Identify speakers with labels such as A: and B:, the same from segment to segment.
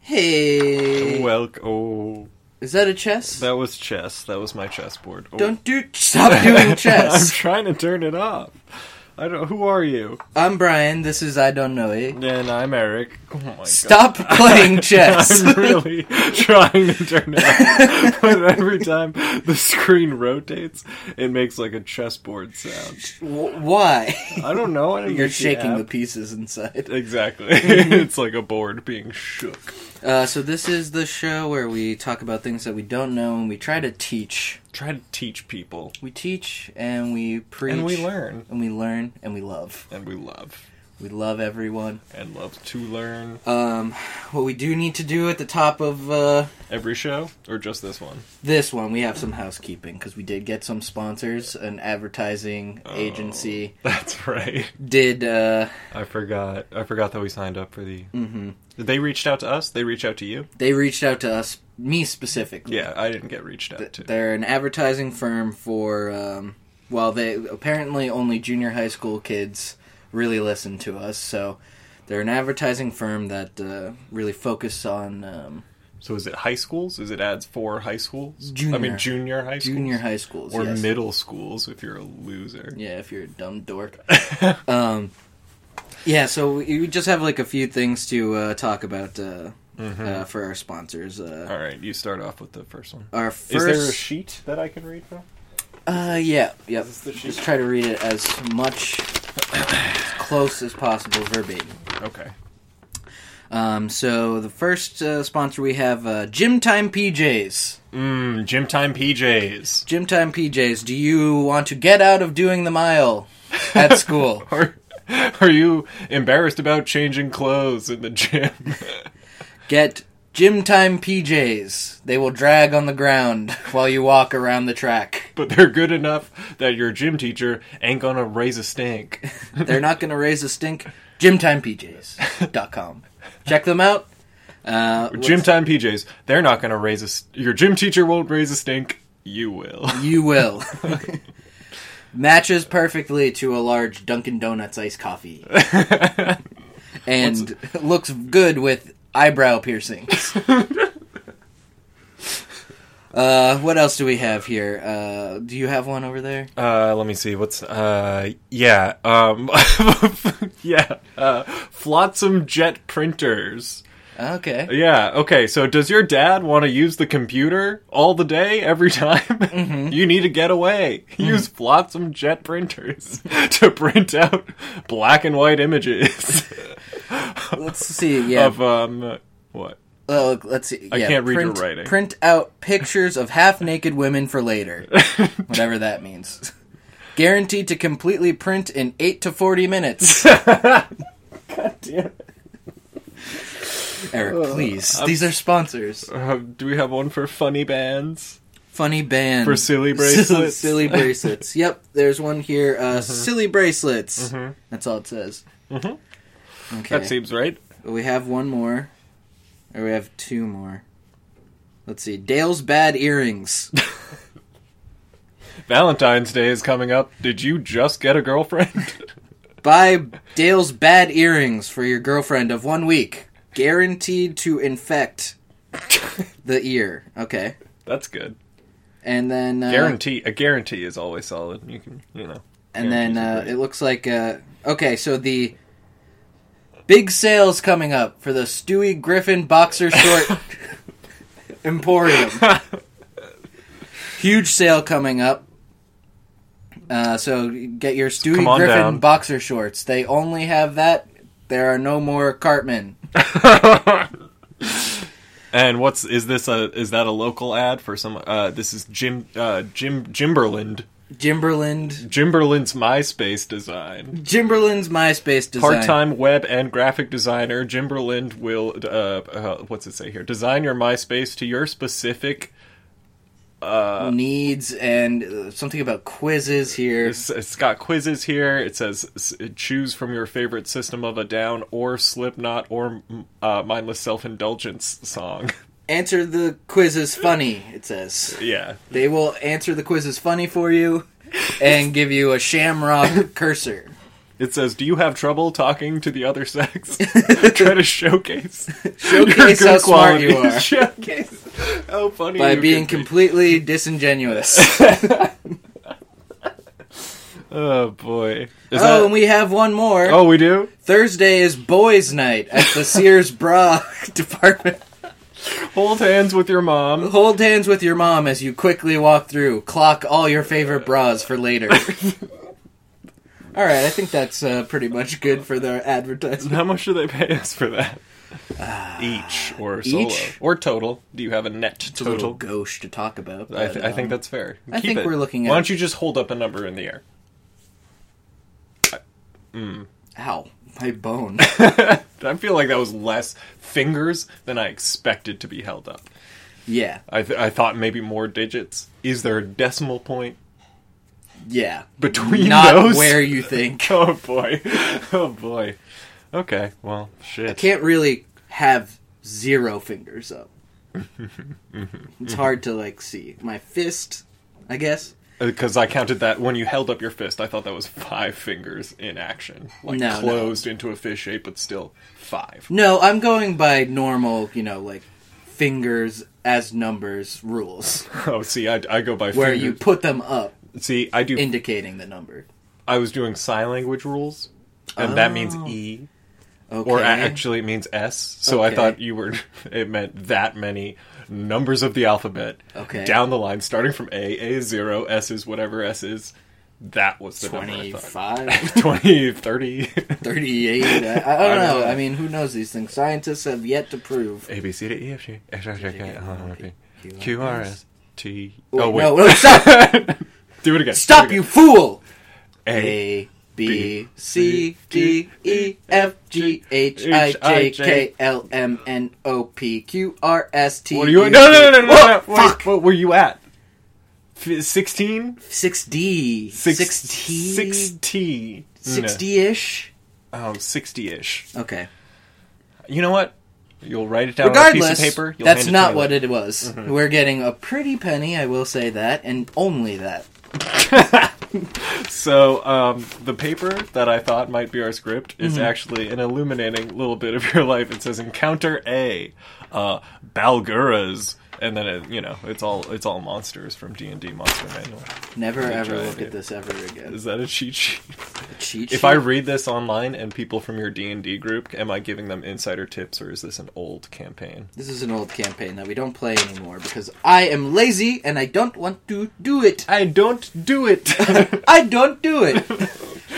A: Hey,
B: Welk. Oh,
A: is that a chess?
B: that was chess. That was my chessboard. Oh.
A: Don't do. Stop doing
B: I'm
A: chess.
B: trying to turn it off. I don't. Who are you?
A: I'm Brian. This is I don't know it.
B: And I'm Eric. Oh my
A: Stop playing chess.
B: Oh I'm really trying to turn it off, but every time the screen rotates, it makes like a chessboard sound.
A: Wh- Why?
B: I don't know. I didn't
A: You're
B: make
A: shaking Mm-hmm. the
B: app.
A: pieces inside.
B: Exactly. it's like a board being shook.
A: Uh, so this is the show where we talk about things that we don't know and we try to teach.
B: Try to teach people,
A: We teach and we preach
B: and we learn,
A: and we learn and we love.
B: and we love,
A: We love everyone.
B: and love to learn.
A: Um, what we do need to do at the top of uh,
B: Every show, or just this one?
A: this one, we have some housekeeping because we did get some sponsors. An advertising
B: Oh.
A: agency
B: That's right.
A: did. Uh,
B: I forgot. I forgot that we signed up for the.
A: hmm
B: They reached out to us. They reached out to you.
A: They reached out to us, me specifically.
B: Yeah, I didn't get reached out
A: Th-
B: to.
A: They're an advertising firm for, um, well, they apparently only junior high school kids really listen to us. So they're an advertising firm that uh, really focus on um,
B: So is it high schools? Is it ads for high schools? I
A: Junior.
B: mean, junior high schools.
A: junior high schools.
B: Or
A: yes.
B: middle schools if you're a loser.
A: Yeah, if you're a dumb dork. um, yeah, so we we just have like a few things to uh, talk about uh,
B: Mm-hmm.
A: uh, for our sponsors. Uh,
B: All right, you start off with the first one.
A: Our
B: Is there a
A: first,
B: sheet that I can read from?
A: uh, yeah, yeah.
B: Is this the sheet?
A: Just try to read it as much as close as possible verbatim.
B: Okay.
A: Um, so the first uh, sponsor we have uh, Gym Time PJs.
B: Mmm, gym time PJs.
A: Gym Time PJs. Do you want to get out of doing the mile at school?
B: Are, are you embarrassed about changing clothes in the gym?
A: Get gym time PJs. They will drag on the ground while you walk around the track.
B: but they're good enough that your gym teacher ain't gonna raise a stink.
A: They're not going to raise a stink. GymTimePJs.com. Check them out. Uh,
B: Gym time PJs. They're not going to raise a. St- your gym teacher won't raise a stink. You will.
A: You will. Matches perfectly to a large Dunkin' Donuts iced coffee. and looks good with eyebrow piercings. uh, what else do we have here? Uh, do you have one over there?
B: Uh, let me see. What's uh? Yeah. Um. yeah. Uh, flotsam jet printers.
A: Okay.
B: Yeah. Okay. So does your dad want to use the computer all the day every time? you need a getaway. Use flotsam jet printers to print out black and white images
A: Let's see. Yeah.
B: of um. What?
A: Oh, let's see.
B: I
A: yeah,
B: can't read your
A: print,
B: writing.
A: Print out pictures of half naked women for later. Whatever that means. Guaranteed to completely print in 8 to 40 minutes. Eric, please. These are sponsors.
B: Uh, do we have one for funny bands?
A: Funny band.
B: For silly bracelets?
A: silly bracelets. Yep, there's one here. Uh, Silly bracelets. That's all it says.
B: Mhm.
A: Okay.
B: That seems right.
A: We have one more. Or we have two more. Let's see. Dale's Bad Earrings.
B: Valentine's Day is coming up. Did you just get a girlfriend?
A: Buy Dale's Bad Earrings for your girlfriend of one week. Guaranteed to infect the ear. Okay.
B: That's good.
A: And then. Uh,
B: Guarantee a guarantee is always solid. You can you know.
A: And then
B: Guarantees are
A: uh,
B: great.
A: it looks like. Uh, okay, so the. Big sales coming up for the Stewie Griffin Boxer Short Emporium. Huge sale coming up. Uh, so get your Stewie
B: Come on
A: Griffin
B: down.
A: boxer shorts. They only have that. There are no more Cartman.
B: and what's is this a is that a local ad for some uh this is Jim uh Jim Jimberland.
A: Jimberland.
B: Jimberland's MySpace design.
A: Jimberland's MySpace design.
B: Part-time web and graphic designer Jimberland will uh, uh what's it say here? Design your MySpace to your specific Uh,
A: needs and uh, something about quizzes here.
B: it's, it's got quizzes here. It says s- choose from your favorite System of a Down or Slipknot or mm, uh, Mindless Self Indulgence song.
A: Answer the quizzes funny. It says
B: yeah,
A: they will answer the quizzes funny for you and give you a shamrock cursor.
B: It says, "Do you have trouble talking to the other sex? Try to showcase,
A: Showcase
B: your
A: how
B: good
A: smart you
B: qualities.
A: are.
B: showcase how funny
A: by
B: you
A: being
B: can be.
A: completely disingenuous.
B: Oh boy!
A: oh,
B: Is that-
A: and we have one more.
B: oh, we do.
A: Thursday is boys' night at the Sears Bra Department.
B: Hold hands with your mom.
A: Hold hands with your mom as you quickly walk through. Clock all your favorite bras for later. all right, I think that's uh, pretty much good for their advertisement.
B: How much do they pay us for that? Each or solo
A: Ah. each?
B: or total? Do you have a net
A: It's a little
B: total?
A: gauche to talk about.
B: I,
A: but,
B: th- I think
A: um,
B: that's fair.
A: I
B: Keep
A: think
B: it.
A: we're looking
B: Why
A: at-
B: don't you just hold up a number in the air?
A: ow, my bone.
B: I feel like that was less fingers than I expected to be held up.
A: yeah,
B: I, th- I thought maybe more digits. Is there a decimal point
A: yeah.
B: between
A: Not
B: those?
A: where you think.
B: Oh boy. Oh boy. Okay. Well, shit.
A: Can't really have zero fingers up. it's hard to like see my fist. I guess
B: Because I counted that when you held up your fist, I thought that was five fingers in action, like
A: No, no.
B: closed into a fish shape, but still five.
A: no. I'm going by normal. You know, like fingers as numbers rules,
B: Oh, see, I, I go by
A: where you
B: fingers.
A: put them up,
B: see, I do.
A: indicating the number.
B: I was doing sign language rules, and that means
A: Oh.
B: E,
A: Okay.
B: or a- actually it means S. So I
A: Okay.
B: thought you were. It meant that many numbers of the alphabet.
A: Okay.
B: Down the line, starting from A, A is zero, S is whatever S is. That was the number. I thought.
A: 25,
B: 20, 30.
A: 38. I, I don't, know.
B: know.
A: I mean, who knows these things? Scientists have yet to prove.
B: A B C D E F G H I J K L M N O P
A: Q,
B: Q R S T.
A: Wait,
B: Oh wait,
A: No, no, stop!
B: do it again.
A: Stop,
B: do
A: you
B: it
A: fool!
B: again.
A: A B C D E F G H I J K L M N O P Q R S T.
B: A. What are you? No, no, no, no, no. no.
A: Whoa,
B: Wait,
A: fuck.
B: What were you at? Sixteen.
A: Six D. Six T.
B: Sixty.
A: Six D ish.
B: Oh, 60-ish.
A: Okay.
B: You know what? You'll write it down on a
A: Regardless,
B: piece of paper. You'll
A: that's
B: hand it
A: not
B: to Mm-hmm.
A: what it was. We're getting a pretty penny, I will say that, and only that.
B: it. So, um, the paper that I thought might be our script
A: Mm-hmm.
B: is actually an illuminating little bit of your life. It says Encounter A, uh, Balguras, and then it, you know it's all it's all monsters from D and D Monster Manual.
A: Never ever
B: try
A: look
B: it.
A: at this ever again.
B: Is that a cheat sheet?
A: Cheat
B: If
A: sheet?
B: I read this online and people from your D and D group, am I giving them insider tips or is this an old campaign?
A: This is an old campaign that we don't play anymore because I am lazy and I don't want to do it.
B: I don't do it.
A: I don't do it.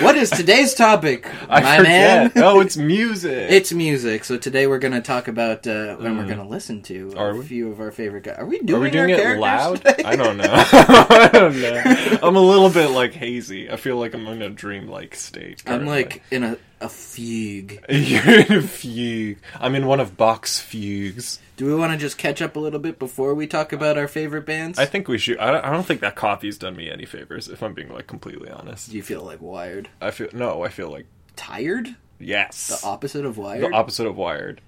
A: what is today's topic,
B: I
A: my
B: forget.
A: man?
B: Oh, it's music.
A: It's music, so today we're going to talk about uh, and we're going to listen to
B: Mm. Are
A: a
B: we?
A: few of our favorite guys. Are we doing,
B: Are we doing
A: our
B: it
A: characters
B: loud?
A: today?
B: I don't know. I don't know. I'm a little bit like hazy. I feel like I'm in a dreamlike state.
A: I'm
B: currently.
A: like in a, a fugue.
B: you're in a fugue. I'm in one of Bach's fugues.
A: Do we want to just catch up a little bit before we talk about our favorite bands?
B: I think we should. I don't, I don't think that coffee's done me any favors. If I'm being like completely honest,
A: Do you feel like wired?
B: I feel no. I feel like
A: Tired?
B: yes,
A: The opposite of wired?
B: The opposite of Wired.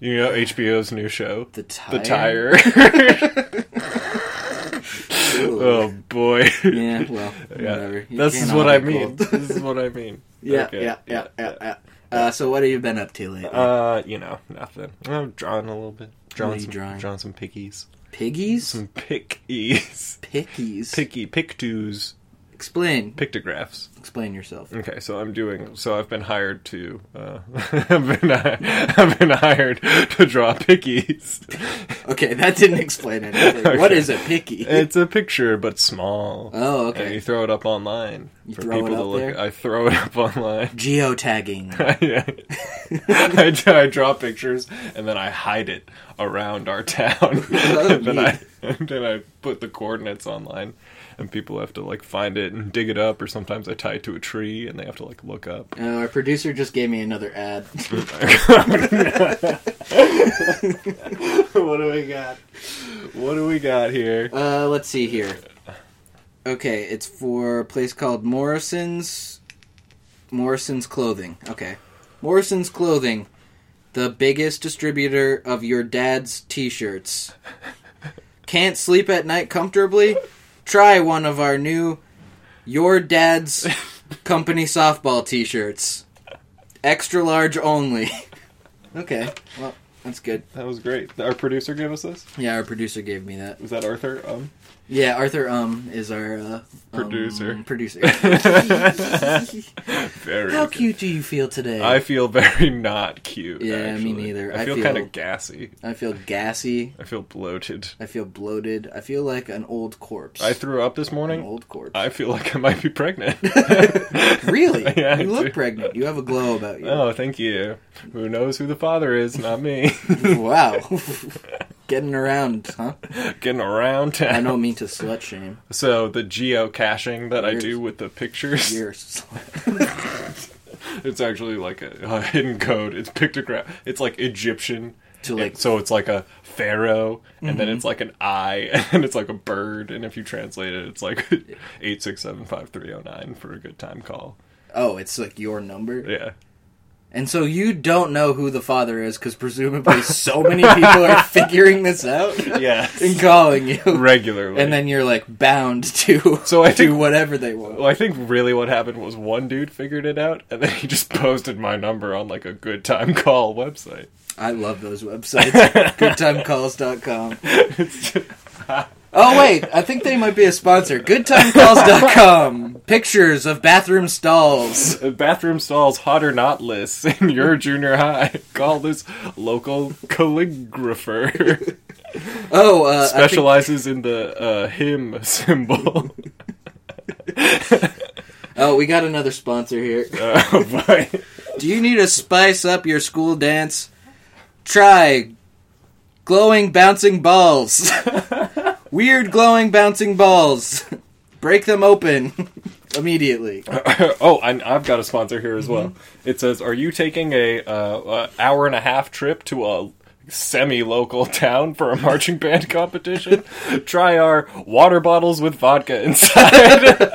B: You know HBO's new show,
A: The tire?
B: The Tire.
A: Ooh.
B: oh boy.
A: Yeah, well, whatever. You
B: This
A: can't
B: is
A: all
B: what
A: be
B: I mean.
A: cool.
B: this is what I mean.
A: yeah,
B: Okay,
A: yeah, yeah, yeah, yeah. Uh, so what have you been up to lately?
B: Uh, you know, nothing. I'm drawing a little bit.
A: are
B: Drawing
A: you
B: some,
A: drawing?
B: drawing some pickies.
A: Piggies?
B: Some pickies.
A: Pickies?
B: Picky, pictus,
A: Explain.
B: pictographs.
A: Explain yourself.
B: Okay, so I'm doing. So I've been hired to. Uh, I've been hi- I've been hired to draw pickies.
A: Okay, that didn't explain anything.
B: Okay.
A: What is a picky?
B: It's a picture, but small.
A: Oh,
B: And you
A: okay.
B: throw it up online.
A: You
B: for
A: throw
B: people
A: it
B: to
A: up
B: look.
A: there.
B: I throw it up online.
A: Geotagging.
B: Yeah. I, d- I draw pictures and then I hide it around our town. and then I and then I put the coordinates online, and people have to like find it and dig it up. Or sometimes I tie it to a tree and they have to like look up.
A: Uh, our producer just gave me another ad.
B: what do we got? What do we got here?
A: Uh, let's see here. Okay, it's for a place called Morrison's. Morrison's Clothing. Okay. Morrison's Clothing, the biggest distributor of your dad's t shirts. Can't sleep at night comfortably? Try one of our new Your Dad's Company softball t shirts. Extra large only. okay, well, that's good.
B: That was great. Our producer gave us this.
A: Yeah, our producer gave me that.
B: Was that Arthur? Um,
A: Yeah, Arthur Um is our uh,
B: Producer.
A: um, producer.
B: very.
A: How
B: good.
A: cute do you feel today?
B: I feel very not cute.
A: Yeah, me
B: actually.
A: neither.
B: I
A: I
B: feel,
A: feel-
B: kind of gassy.
A: I feel gassy.
B: I feel bloated.
A: I feel bloated. I feel like an old corpse.
B: I threw up this
A: an
B: morning.
A: old corpse.
B: I feel like I might be pregnant.
A: really?
B: Yeah, I
A: you look
B: do.
A: pregnant. You have a glow about you.
B: oh, thank you. Who knows who the father is? Not me.
A: Wow. Getting around, huh?
B: Getting around
A: I
B: town.
A: don't mean to slut shame.
B: So the geocaching that I
A: You're-
B: do with the pictures.
A: You're a slut.
B: It's actually like a, a hidden code. It's pictograph. It's like Egyptian.
A: To,
B: It-
A: like- Mm-hmm.
B: so it's like a pharaoh, and then it's like an eye, and it's like a bird. And if you translate it, it's like eight six seven five three zero nine for a good time call.
A: Oh, it's like your number.
B: Yeah,
A: And so you don't know who the father is because presumably so many people are figuring this out
B: yeah,
A: and calling you.
B: regularly.
A: and then you're like bound to
B: So I
A: to
B: think-
A: whatever they want.
B: well, I think really what happened was one dude figured it out, and then he just posted my number on like a good time call website.
A: I love those websites. GoodTimeCalls.com. oh wait, I think they might be a sponsor. GoodTimeCalls.com. Pictures of bathroom stalls.
B: bathroom stalls hot or not lists in your junior high. Call this local calligrapher.
A: Oh, uh, I think-
B: Specializes in the uh, hymn symbol.
A: oh, we got another sponsor here.
B: Uh, but-
A: Do you need to spice up your school dance? Try glowing bouncing balls. Weird glowing bouncing balls. Break them open immediately.
B: oh, and I've got a sponsor here as well. It says, "Are you taking a uh, uh, hour and a half trip to a semi-local town for a marching band competition? Try our water bottles with vodka inside.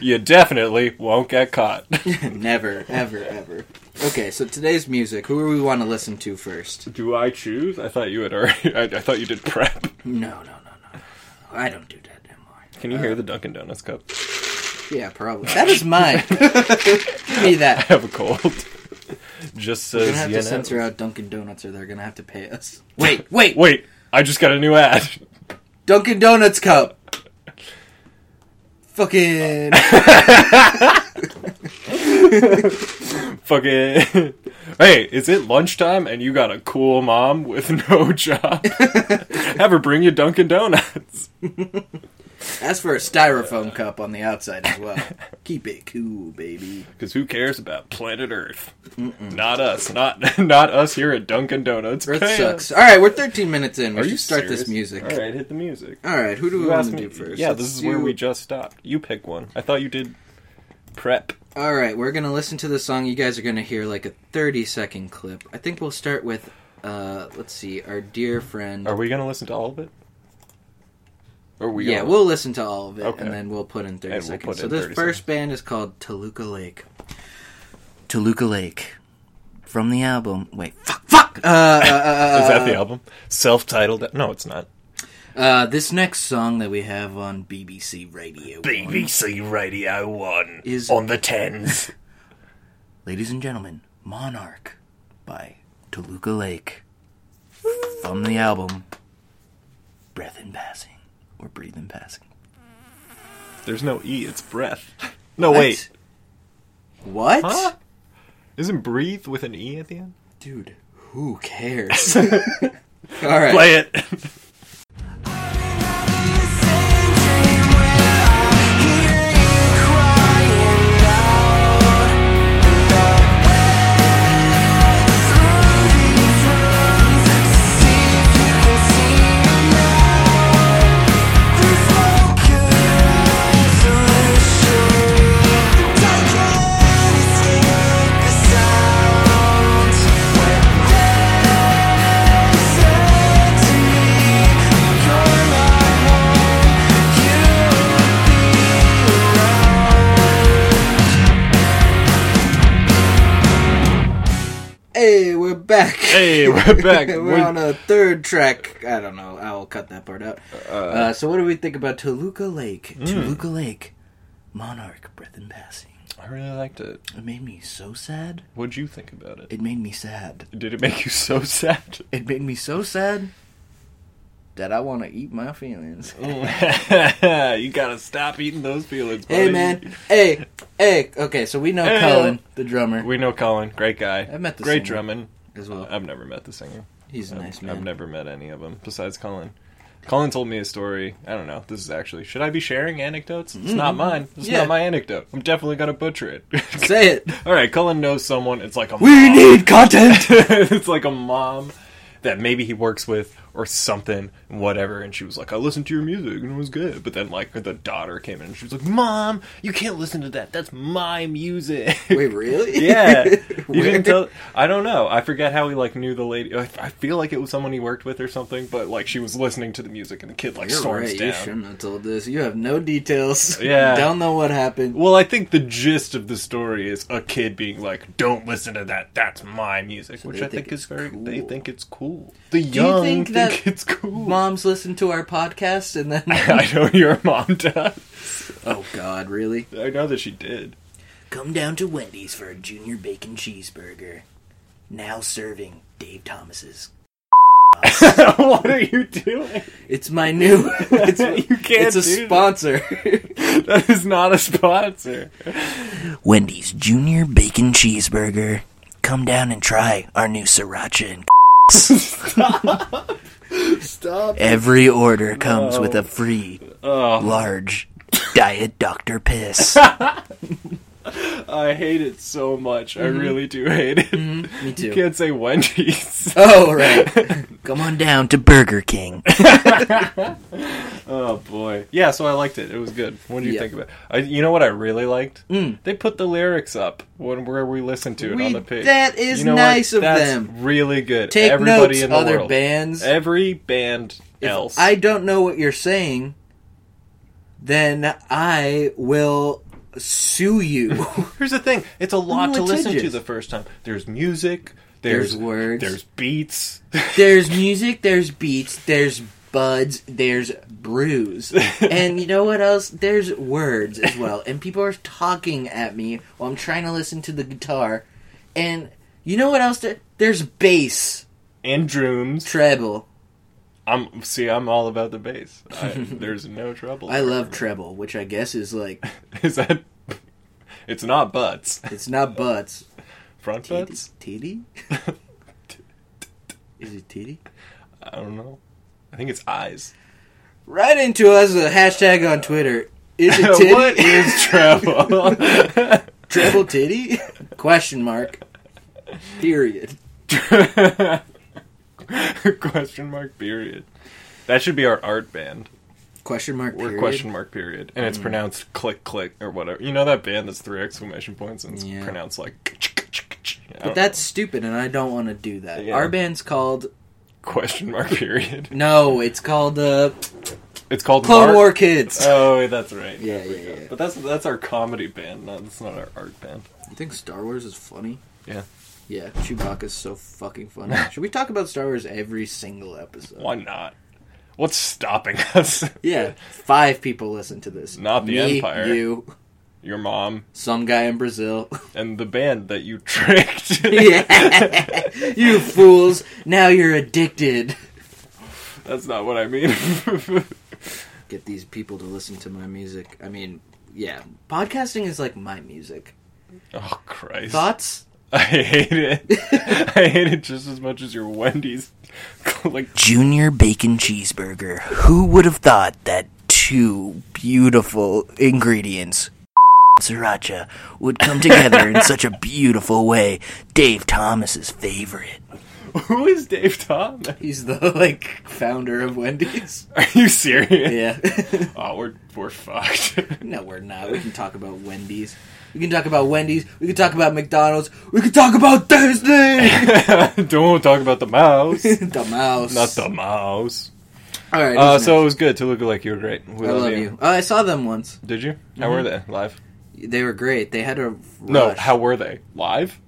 B: you definitely won't get caught."
A: Never, ever, ever. Okay, so today's music. Who do we want to listen to first?
B: Do I choose? I thought you had already. I, I thought you did prep.
A: No, no, no, no. I don't do that anymore.
B: Can you hear the Dunkin' Donuts cup?
A: Yeah, probably. That is mine. Give me
B: I
A: that.
B: have a cold. Just
A: We're
B: says
A: gonna have
B: you know.
A: to censor out Dunkin' Donuts, or they're gonna have to pay us. Wait, wait,
B: Wait, I just got a new ad.
A: Dunkin' Donuts cup. Fucking.
B: Fucking. hey, is it lunchtime and you got a cool mom with no job? have her bring you Dunkin' Donuts.
A: As for a styrofoam cup on the outside as well. Keep it cool, baby.
B: Because who cares about planet Earth? Not us. Not not us here at Dunkin' Donuts.
A: Earth
B: Pay us.
A: sucks. All right, we're 13 minutes in. We
B: Are
A: should
B: you
A: start
B: serious?
A: this music.
B: All right, hit the music.
A: All right, who do we
B: You
A: want
B: asked
A: to
B: me.
A: do first?
B: Yeah,
A: Let's
B: this is where
A: do-
B: we just stopped. You pick one. I thought you did prep.
A: All right, we're gonna listen to the song. You guys are gonna hear like a thirty-second clip. I think we'll start with, uh, let's see, our dear friend.
B: Are we gonna listen to all of it? Or are we?
A: yeah,
B: gonna-
A: we'll listen to all of it,
B: Okay.
A: and then we'll put in 30
B: And we'll
A: seconds.
B: put
A: so
B: in
A: this
B: 30
A: first band is called Toluca Lake. Toluca Lake. From the album. Wait, fuck, fuck! Uh, uh, uh,
B: Is that the album? Self-titled? No, it's not.
A: uh, uh, this next song that we have on BBC Radio.
B: BBC Radio One
A: Is-
B: on the tens.
A: Ladies and gentlemen, Monarch by Toluca Lake. From the album Breath in Passing or Breathe in Passing.
B: There's no e. It's breath. No
A: What?
B: wait.
A: What?
B: Huh? Isn't breathe with an e at the end?
A: Dude, who cares? All right.
B: Play it.
C: Same dream where I hear you
A: back.
B: Hey, we're back.
A: We're
B: We're-
A: on a third track. I don't know. I'll cut that part out. Uh, Hmm. so, what do we think about Toluca Lake? Toluca Lake, Monarch, Breath and Passing.
B: I really liked it.
A: It made me so sad.
B: What'd you think about it?
A: It made me sad.
B: Did it make you so sad?
A: It made me so sad that I want to eat my feelings.
B: you gotta stop eating those feelings, buddy.
A: Hey, man. Hey, hey. Okay, so we know
B: Hey.
A: Colin, the drummer,
B: We know Colin, great guy.
A: I've met the
B: great
A: singer.
B: drumming.
A: as well.
B: I've never met the singer.
A: He's a
B: I've-
A: nice
B: I've,
A: man.
B: never met any of them besides Colin. Colin told me a story. I don't know. This is actually. Should I be sharing anecdotes? It's not mine. It's
A: Mm-hmm. Yeah.
B: not my anecdote. I'm definitely gonna butcher it.
A: Say it.
B: All right. Colin knows someone. It's like a
A: We
B: mom.
A: need content.
B: it's like a mom that maybe he works with or something, whatever. And she was like, I listened to your music and it was good. But then, like, the daughter came in and she was like, Mom, you can't listen to that. That's my music.
A: Wait, really?
B: yeah. You
A: Where?
B: didn't tell. I don't know. I forget how he, like, knew the lady. I, I feel like it was someone he worked with or something, but, like, she was listening to the music and the kid, like,
A: You're
B: storms
A: right. You
B: down.
A: shouldn't have told this. You have no details.
B: Yeah.
A: Don't know what happened.
B: Well, I think the gist of the story is a kid being like, "Don't listen to that. That's my music," which
A: they
B: I
A: think
B: think is
A: it's
B: very. They
A: cool.
B: think it's cool. The young
A: think
B: think,
A: that
B: it's cool.
A: Moms listen to our podcast and then.
B: I know your mom does.
A: oh, God, really?
B: I know that she did.
A: Come down to Wendy's for a junior bacon cheeseburger. Now serving Dave Thomas's.
B: what are you doing?
A: It's my new. It's,
B: You can't
A: It's a
B: do that.
A: sponsor.
B: That is not a sponsor.
A: Wendy's junior bacon cheeseburger. Come down and try our new sriracha and.
B: Stop.
A: Every order comes
B: No.
A: with a free
B: Oh,
A: large diet Dr. Piss.
B: I hate it so much.
A: Mm-hmm.
B: I really do hate it.
A: Me
B: You
A: too.
B: can't say Wendy's.
A: Oh, right. Come on down to Burger King.
B: Oh boy, yeah. So I liked it. It was good. What do you
A: Yeah. Mm.
B: think about? It? I, you know what I really liked? They put the lyrics up when where we listened to it on
A: We-
B: the page.
A: that is
B: You know what?
A: nice of
B: That's
A: them.
B: Really good.
A: Take
B: Everybody
A: notes,
B: in the
A: other
B: world.
A: bands.
B: every band else.
A: I don't know what you're saying. Then I will sue you.
B: Here's the thing: it's a lot to listen to
A: litigious.
B: the first time. There's music.
A: There's
B: There's,
A: words.
B: There's beats.
A: there's music, there's beats, there's buds, there's brews. and you know what else? There's words as well. And people are talking at me while I'm trying to listen to the guitar. And you know what else? There- There's bass,
B: and drums.
A: treble.
B: I'm see. I'm all about the bass. I, there's no trouble.
A: I love treble, which I guess is like
B: Is that? It's not butts.
A: it's not butts.
B: Front
A: Titty?
B: butts.
A: titty? Is it titty?
B: I don't know. I think it's eyes.
A: Right into us with a hashtag on Twitter. Is it titty?
B: what is travel?
A: Treble titty? Question mark. Period.
B: question mark period. That should be our art band.
A: Question mark.
B: We're
A: period. Mm.
B: question mark period, and it's pronounced click click or whatever. You know that band that's three exclamation points and it's
A: Yeah.
B: pronounced like.
A: But that's stupid, and I don't want to do that.
B: Yeah.
A: Our band's called
B: question mark period.
A: no, it's called uh,
B: It's called
A: Clone
B: Mar-
A: War Kids.
B: Oh, that's right.
A: Yeah,
B: There we
A: yeah,
B: go.
A: yeah.
B: But that's that's our comedy band. No, that's not our art band.
A: you think Star Wars is funny?
B: Yeah.
A: Yeah, Chewbacca's so fucking funny. Should we talk about Star Wars every single episode?
B: Why not? What's stopping us?
A: Yeah, five people listen to this.
B: Not the
A: Me,
B: Empire.
A: You,
B: Your mom
A: some guy in Brazil.
B: and the band that you tricked.
A: yeah, you fools! Now you're addicted.
B: That's not what I mean.
A: Get these people to listen to my music. I mean, yeah, podcasting is like my music.
B: oh Christ!
A: Thoughts?
B: I hate it. I hate it just as much as your Wendy's. like
A: Junior bacon cheeseburger. Who would have thought that two beautiful ingredients, sriracha, would come together in such a beautiful way? Dave Thomas's favorite.
B: who is Dave Tom?
A: He's the like founder of Wendy's.
B: Are you serious?
A: Yeah.
B: Oh, we're we're fucked.
A: no, we're not. We can talk about Wendy's. We can talk about Wendy's. We can talk about McDonald's. We can talk about Disney.
B: Don't talk about the mouse.
A: the mouse.
B: Not the mouse.
A: All right.
B: Uh,
A: who's
B: so it was good to look like you were great. We
A: next? I love you. Oh, I saw them once.
B: Did you? How were they live?
A: They were great. They had a rush. Oh.
B: No. How were they live?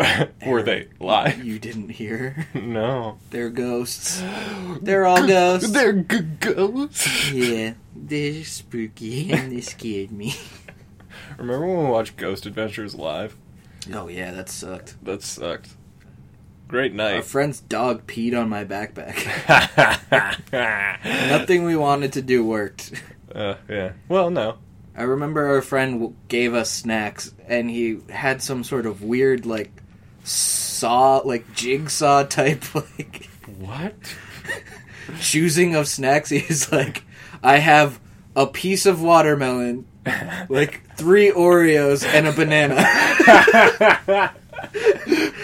B: Were they live?
A: You didn't hear.
B: No.
A: They're ghosts. They're all ghosts.
B: They're g- ghosts.
A: yeah, they're spooky and they scared me.
B: Remember when we watched Ghost Adventures live?
A: Oh yeah, that sucked.
B: That sucked. Great
A: Our
B: night.
A: friend's dog peed on my backpack. Nothing we wanted to do worked.
B: Uh, yeah. Well, no.
A: I remember our friend w- gave us snacks, and he had some sort of weird, like, saw, like, jigsaw type, like,
B: What?
A: choosing of snacks. He's like, I have a piece of watermelon, like, three Oreos, and a banana,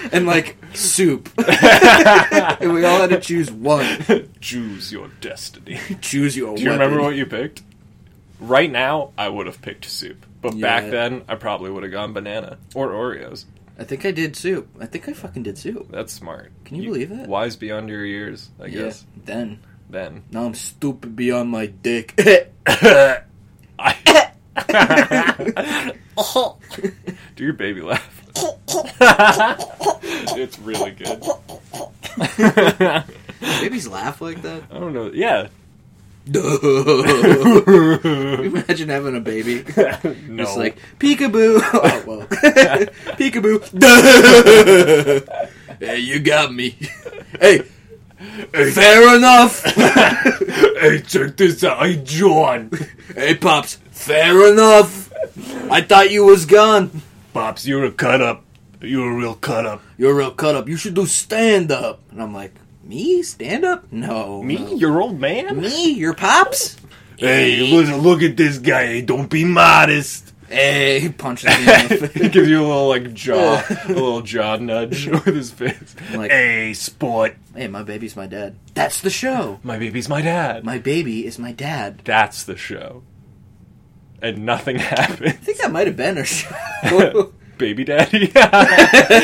A: and, like, soup. and we all had to choose one.
B: Choose your destiny.
A: Choose your
B: Do you remember what you picked? Right now, I would have picked soup, but
A: Yeah.
B: back then, I probably would have gone banana or Oreos.
A: I think I did soup. I think I fucking did soup.
B: That's smart.
A: Can you believe it?
B: Wise beyond your years, I guess.
A: Yeah, then.
B: Then
A: Now I'm stupid beyond my dick.
B: Uh, I. Do your baby laugh. it's really good. I
A: Babies laugh like that.
B: don't know. Yeah.
A: Can you Imagine having a baby.
B: no.
A: It's like peekaboo. Oh well, peekaboo. hey, you got me. Hey, fair enough.
B: hey, check this out. I John.
A: hey, pops, fair enough. I thought you was gone.
B: Pops, you're a cut up. You're a real cut up.
A: You're real cut up. You should do stand up. And I'm like, me stand up? No,
B: Me,
A: no.
B: your old man?
A: me, your pops.
B: Hey, look, look at this guy. Hey, don't be modest.
A: Hey, he punches me in the face.
B: He gives you a little like jaw, a little jaw nudge with his face.
A: Like-
B: hey, sport.
A: Hey, my baby's my dad. That's the show.
B: My baby's my dad.
A: My baby is my dad.
B: That's the show. And nothing happened.
A: I think that might have been our show.
B: Baby daddy.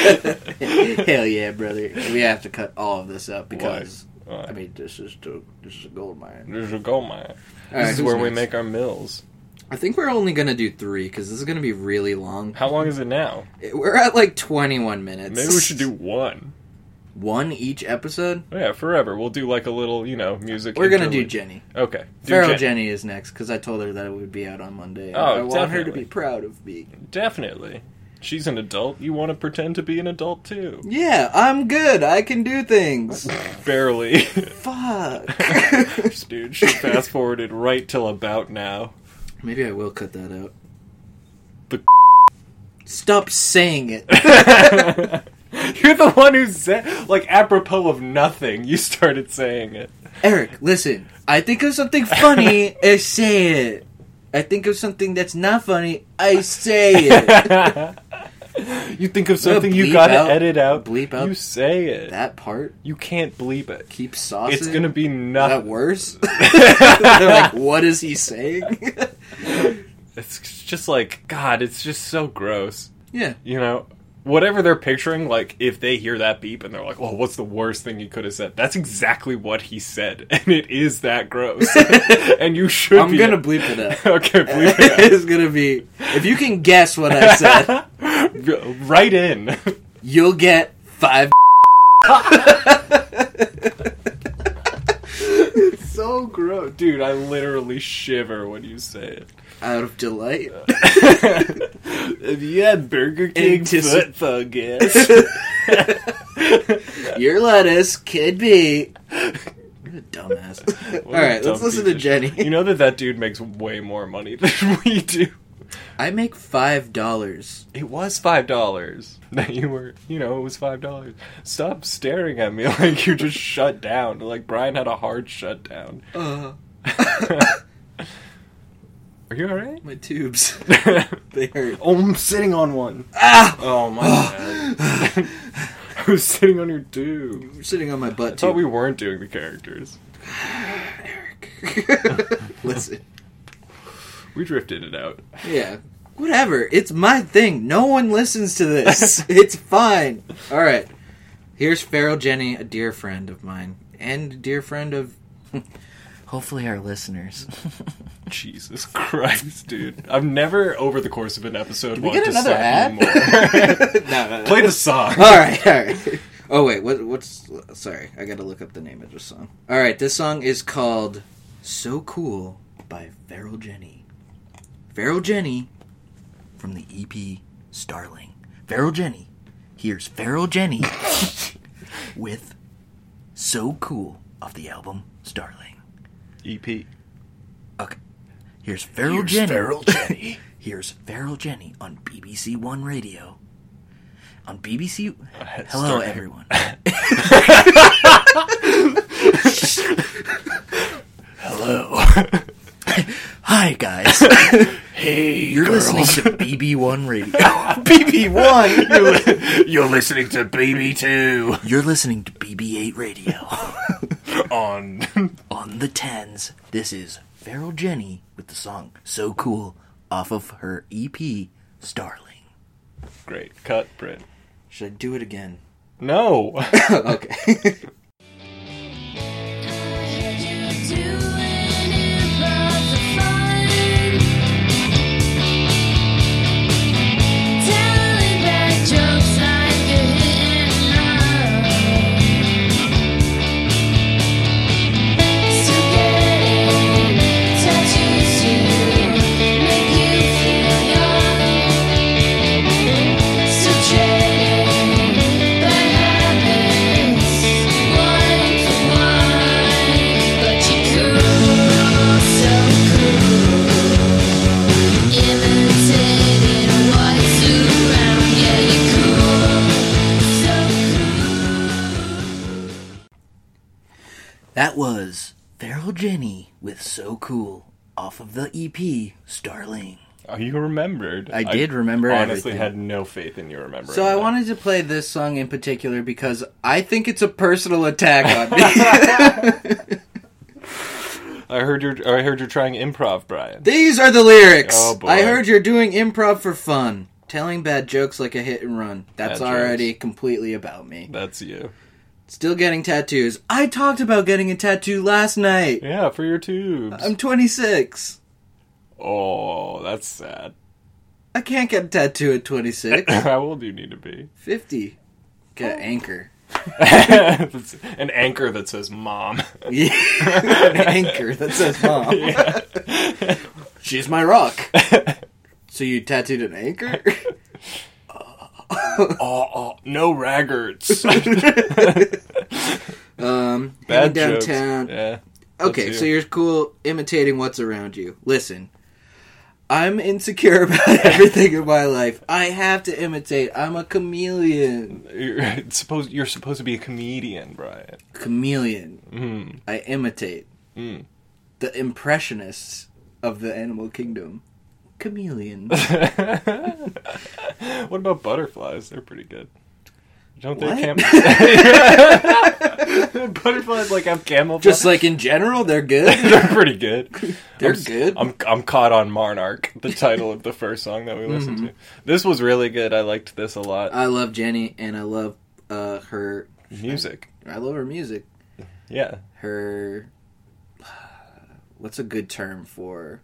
A: Hell yeah, brother. We have to cut all of this up because
B: Why?
A: I mean this is to, this is a gold mine.
B: There's a gold mine.
A: All right,
B: this is
A: who's
B: where we
A: next?
B: make our mills.
A: I think we're only gonna do three because this is gonna be really long.
B: How long is it now?
A: We're at like twenty one minutes.
B: Maybe we should do one.
A: one each episode.
B: Oh, yeah, forever. We'll do like a little, you know, music.
A: We're gonna do
B: interlude.
A: Jenny.
B: Okay. Do
A: Feral
B: Jen-
A: Jenny is next because I told her that it would be out on Monday.
B: Oh,
A: I want her to
B: definitely.
A: be proud of me.
B: Definitely. She's an adult. You want to pretend to be an adult too.
A: Yeah, I'm good. I can do things.
B: Barely.
A: Fuck.
B: Dude, she fast forwarded right till about now.
A: Maybe I will cut that out.
B: The
A: Stop saying it.
B: You're the one who said, like, apropos of nothing, you started saying it.
A: Eric, listen. I think of something funny, I say it. I think of something that's not funny, I say it.
B: you think of something
A: bleep
B: you gotta
A: out-
B: edit out.
A: bleep out
B: You say it.
A: that part
B: you can't bleep it.
A: keeps saucing.
B: It's gonna be
A: Is that
B: nothing.
A: worse? They're like, what is he saying?
B: It's just like, God, it's just so gross.
A: yeah.
B: You know? Whatever they're picturing, like, if they hear that beep and they're like, oh, what's the worst thing you could have said? That's exactly what he said. And it is that gross. and you should
A: I'm
B: be.
A: gonna bleep it out.
B: okay, bleep it out.
A: it's gonna be if you can guess what I said,
B: right in.
A: you'll get five
B: so gross. Dude, I literally shiver when you say
A: out of delight.
B: it. if you had Burger King
A: Antici-
B: foot fungus.
A: Your lettuce could be. You're a dumbass. All
B: What a
A: right, let's
B: dumb
A: listen
B: piece
A: to
B: of
A: Jenny.
B: shit. You know that that dude makes way more money than we do.
A: I make five dollars.
B: It was five dollars that you were, you know, it was five dollars. Stop staring at me like you just shut down. Like Brian had a hard shutdown.
A: Uh,
B: Are you all right?
A: my tubes. they hurt.
B: oh, I'm sitting on one.
A: Ah!
B: Oh my god. I was sitting on your tube.
A: You're sitting on my butt
B: I thought
A: tube.
B: we weren't doing the characters.
A: listen.
B: We drifted it out.
A: Yeah. Whatever. It's my thing. No one listens to this. it's fine. All right. Here's Feral Jenny, a dear friend of mine, and a dear friend of Hopefully, our listeners.
B: Jesus Christ, dude. I've never, over the course of an episode,
A: we
B: wanted
A: get another
B: to slap you
A: no,
B: more.
A: no, no.
B: Play the song.
A: All right, all right. Oh wait, what? What's? Sorry, I gotta look up the name of this song. All right, this song is called "So Cool" by Feral Jenny. Feral Jenny from the EP Starling. Feral Jenny. Here's Feral Jenny with "So Cool" of the album Starling.
B: EP.
A: Okay. Here's Feral
B: Here's
A: Jenny.
B: Feral Jenny.
A: Here's Feral Jenny on BBC One Radio. On BBC.
B: head
A: Hello,
B: start.
A: everyone.
B: Hello.
A: Hi, guys.
B: hey,
A: You're listening to BB1 Radio. BB1?
B: to. You're listening to BB2
A: You're listening to BB8 Radio.
B: on.
A: on the tens, this is Feral Jenny with the song So Cool off of her E EP, Starling.
B: Great. Cut, Brit.
A: Should I do it again?
B: No.
A: okay. That was Feral Jenny with So Cool off of the EP, Starling.
B: Oh, you remembered.
A: I did remember
B: Honestly,
A: everything.
B: had no faith in your remembering.
A: So I
B: that.
A: wanted to play this song in particular because I think it's a personal attack on me.
B: I heard you're. I heard you're trying improv, Brian.
A: These are the lyrics.
B: Oh, boy.
A: I heard you're doing improv for fun, telling bad jokes like a hit and run. That's
B: Bad jokes.
A: already completely about me.
B: That's you.
A: Still getting tattoos. I talked about getting a tattoo last night.
B: Yeah, for your tubes.
A: I'm 26.
B: Oh, that's sad.
A: I can't get a tattoo at 26.
B: How old do you need to be?
A: 50.
B: Oh.
A: Get an anchor.
B: That's an anchor that says "mom."
A: Yeah. an anchor that says mom. She's my rock. So you tattooed an anchor?
B: oh, oh, no raggarts.
A: Um, hanging
B: Bad jokes.
A: downtown.
B: Yeah.
A: Okay,
B: That's
A: so you're cool imitating what's around you. Listen, I'm insecure about everything in my life. I have to imitate. I'm a chameleon.
B: You're it's supposed you're supposed to be a comedian, Brian.
A: Chameleon.
B: Mm.
A: I imitate.
B: Mm.
A: The impressionists of the animal kingdom. Chameleon.
B: what about butterflies? They're pretty good. Don't they?
A: What?
B: Cam- butterflies like have camel.
A: Just like in general, they're good.
B: They're pretty good.
A: They're
B: I'm, s-
A: good.
B: I'm I'm caught on Monarch, the title of the first song that we listened to. This was really good. I liked this a lot.
A: Mm-hmm. I love Jenny, and I love uh, her.
B: Music.
A: I love her music.
B: Yeah.
A: Her. What's a good term for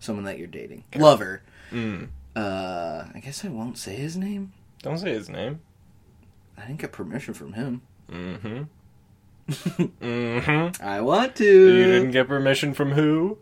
A: someone that you're dating? Lover.
B: Mm.
A: Uh, I guess I won't say his name.
B: Don't say his name.
A: I didn't get permission from him.
B: Mm-hmm. mm-hmm.
A: I want to.
B: You didn't get permission from who?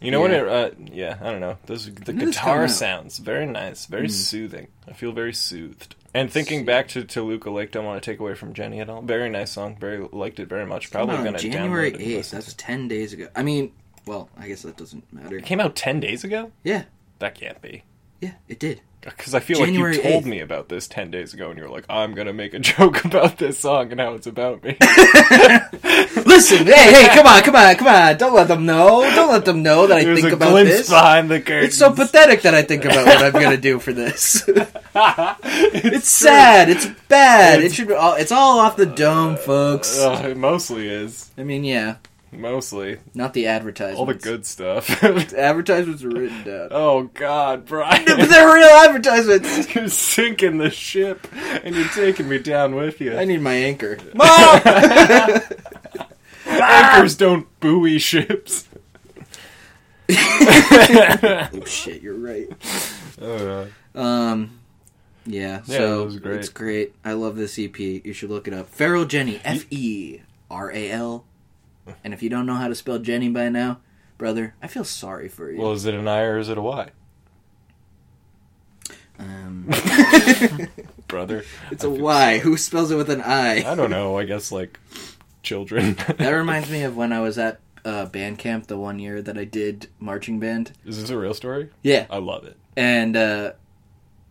B: You know
A: Yeah.
B: what? It, uh, yeah, I don't know. Those the
A: did this come
B: guitar
A: out?
B: sounds very nice,
A: Mm.
B: very soothing. I feel very soothed. And thinking back to Toluca Lake, don't want to take away from Jenny at all. Very nice song. Very liked it very much. Probably
A: Come on,
B: gonna
A: January
B: download it and
A: eighth.
B: listen to
A: That's ten days ago. I mean, well, I guess that doesn't matter.
B: it. Came out ten days ago.
A: Yeah,
B: That can't be.
A: yeah, it did.
B: Because I feel
A: January
B: like you told
A: 8th.
B: me about this 10 days ago, and you were like, I'm going to make a joke about this song and how it's about me.
A: Listen, hey, hey, come on, come on, come on! Don't let them know. Don't let them know that I
B: There's
A: think
B: a
A: about
B: glimpse
A: this.
B: behind the curtain.
A: It's so pathetic that I think about what I'm gonna do for this.
B: it's
A: it's sad. It's bad. it should. Be all, it's all off the dome, folks.
B: Uh, it mostly is.
A: I mean, yeah,
B: Mostly.
A: not the advertisements.
B: All the good stuff.
A: advertisements are written down.
B: oh, God, Brian.
A: but they're real advertisements.
B: you're sinking the ship, and you're taking me down with you.
A: I need my anchor. Mom!
B: Anchors don't buoy ships.
A: Oh shit, you're right.
B: Uh,
A: Um, yeah,
B: Yeah,
A: so
B: that was great.
A: it's great. I love this EP. You should look it up. Feral Jenny, F E R A L. And if you don't know how to spell Jenny by now, brother, I feel sorry for you.
B: well, is it an I or is it a Y,
A: um,
B: brother?
A: it's a Y. Who spells it with an I?
B: I don't know. I guess like children.
A: That reminds me of when I was at uh, band camp the one year that I did marching band.
B: is this a real story?
A: Yeah,
B: I love it.
A: and uh,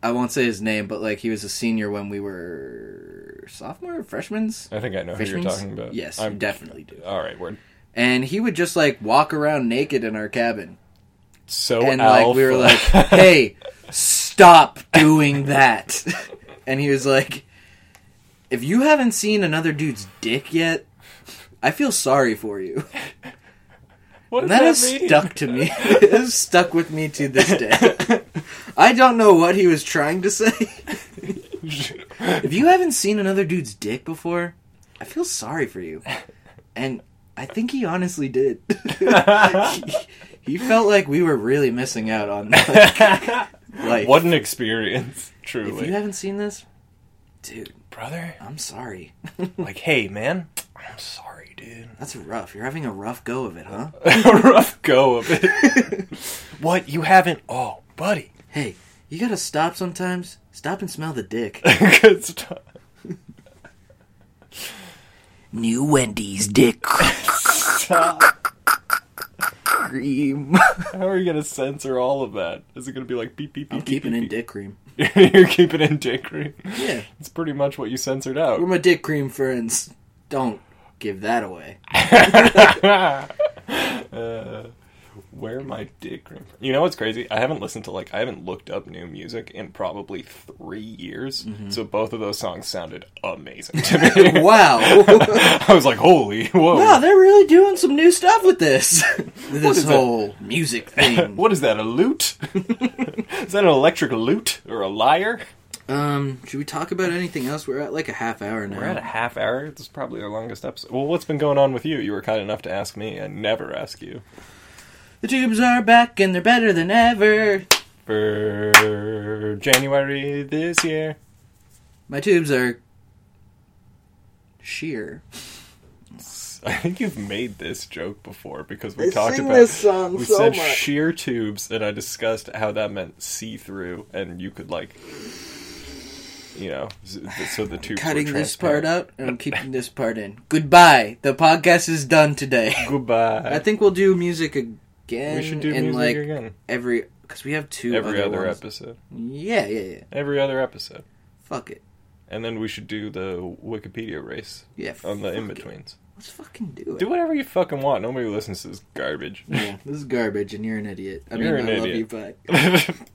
A: I won't say his name, but like he was a senior when we were sophomore, freshmen's.
B: I think I know who
A: Freshmen's?
B: you're talking about.
A: Yes, you
B: I'm
A: definitely do.
B: All right, we're
A: and he would just like walk around naked in our cabin
B: so
A: and
B: Oh, alpha.
A: like we were like hey stop doing that and he was like if you haven't seen another dude's dick yet i feel sorry for you
B: what does
A: and that has
B: mean?
A: stuck to me it has stuck with me to this day i don't know what he was trying to say if you haven't seen another dude's dick before i feel sorry for you and i think he honestly did he felt like we were really missing out on that. like
B: what an experience, truly,
A: if you haven't seen this dude
B: brother.
A: i'm sorry
B: Like, hey, man, I'm sorry, dude.
A: that's rough you're having a rough go of it huh
B: rough go of it. what you haven't? Oh, buddy.
A: hey you gotta stop sometimes stop and smell the dick
B: Good stuff.
A: new wendy's dick cream
B: How are you gonna censor all of that? Is it gonna be like beep beep beep?
A: i'm
B: beep,
A: keeping in
B: beep,
A: dick cream
B: beep? You're keeping in dick cream.
A: yeah
B: It's pretty much what you censored
A: we're
B: out.
A: my dick cream friends don't give that away
B: Uh, where my dick cream? You know what's crazy? I haven't listened to like I haven't looked up new music in probably three years. So both of those songs sounded amazing to me.
A: wow
B: I was like, holy whoa!
A: Wow, they're really doing some new stuff with this. this
B: is that?
A: whole music thing.
B: What is that? A lute? is that an electric lute or a lyre?
A: um, should we talk about anything else? We're at like a half hour now.
B: We're at a half hour. This is probably our longest episode. Well, what's been going on with you? You were kind enough to ask me. I never ask you.
A: the tubes are back and they're better than ever.
B: For January this year.
A: My tubes are sheer.
B: I think you've made this joke before because
A: I
B: we talked
A: sing
B: about
A: this song
B: we
A: so
B: said
A: much.
B: sheer tubes and I discussed how that meant see through and you could like you know s- so the tubes
A: Cutting
B: were
A: this part
B: transparent.
A: out and I'm keeping this part in. Goodbye. The podcast is done today.
B: Goodbye.
A: I think we'll do music again.
B: we should do
A: in
B: music
A: like
B: again
A: every because we have two
B: every
A: other,
B: other
A: ones.
B: episode.
A: Yeah, yeah, yeah.
B: Every other episode.
A: Fuck it.
B: And then we should do the Wikipedia race
A: Yeah.
B: on the
A: fuck it.
B: in betweens.
A: Let's fucking do it.
B: Do whatever you fucking want. Nobody listens to this garbage.
A: Yeah, this is garbage, and you're an idiot. I
B: You're
A: mean,
B: an
A: I love
B: idiot.
A: you, but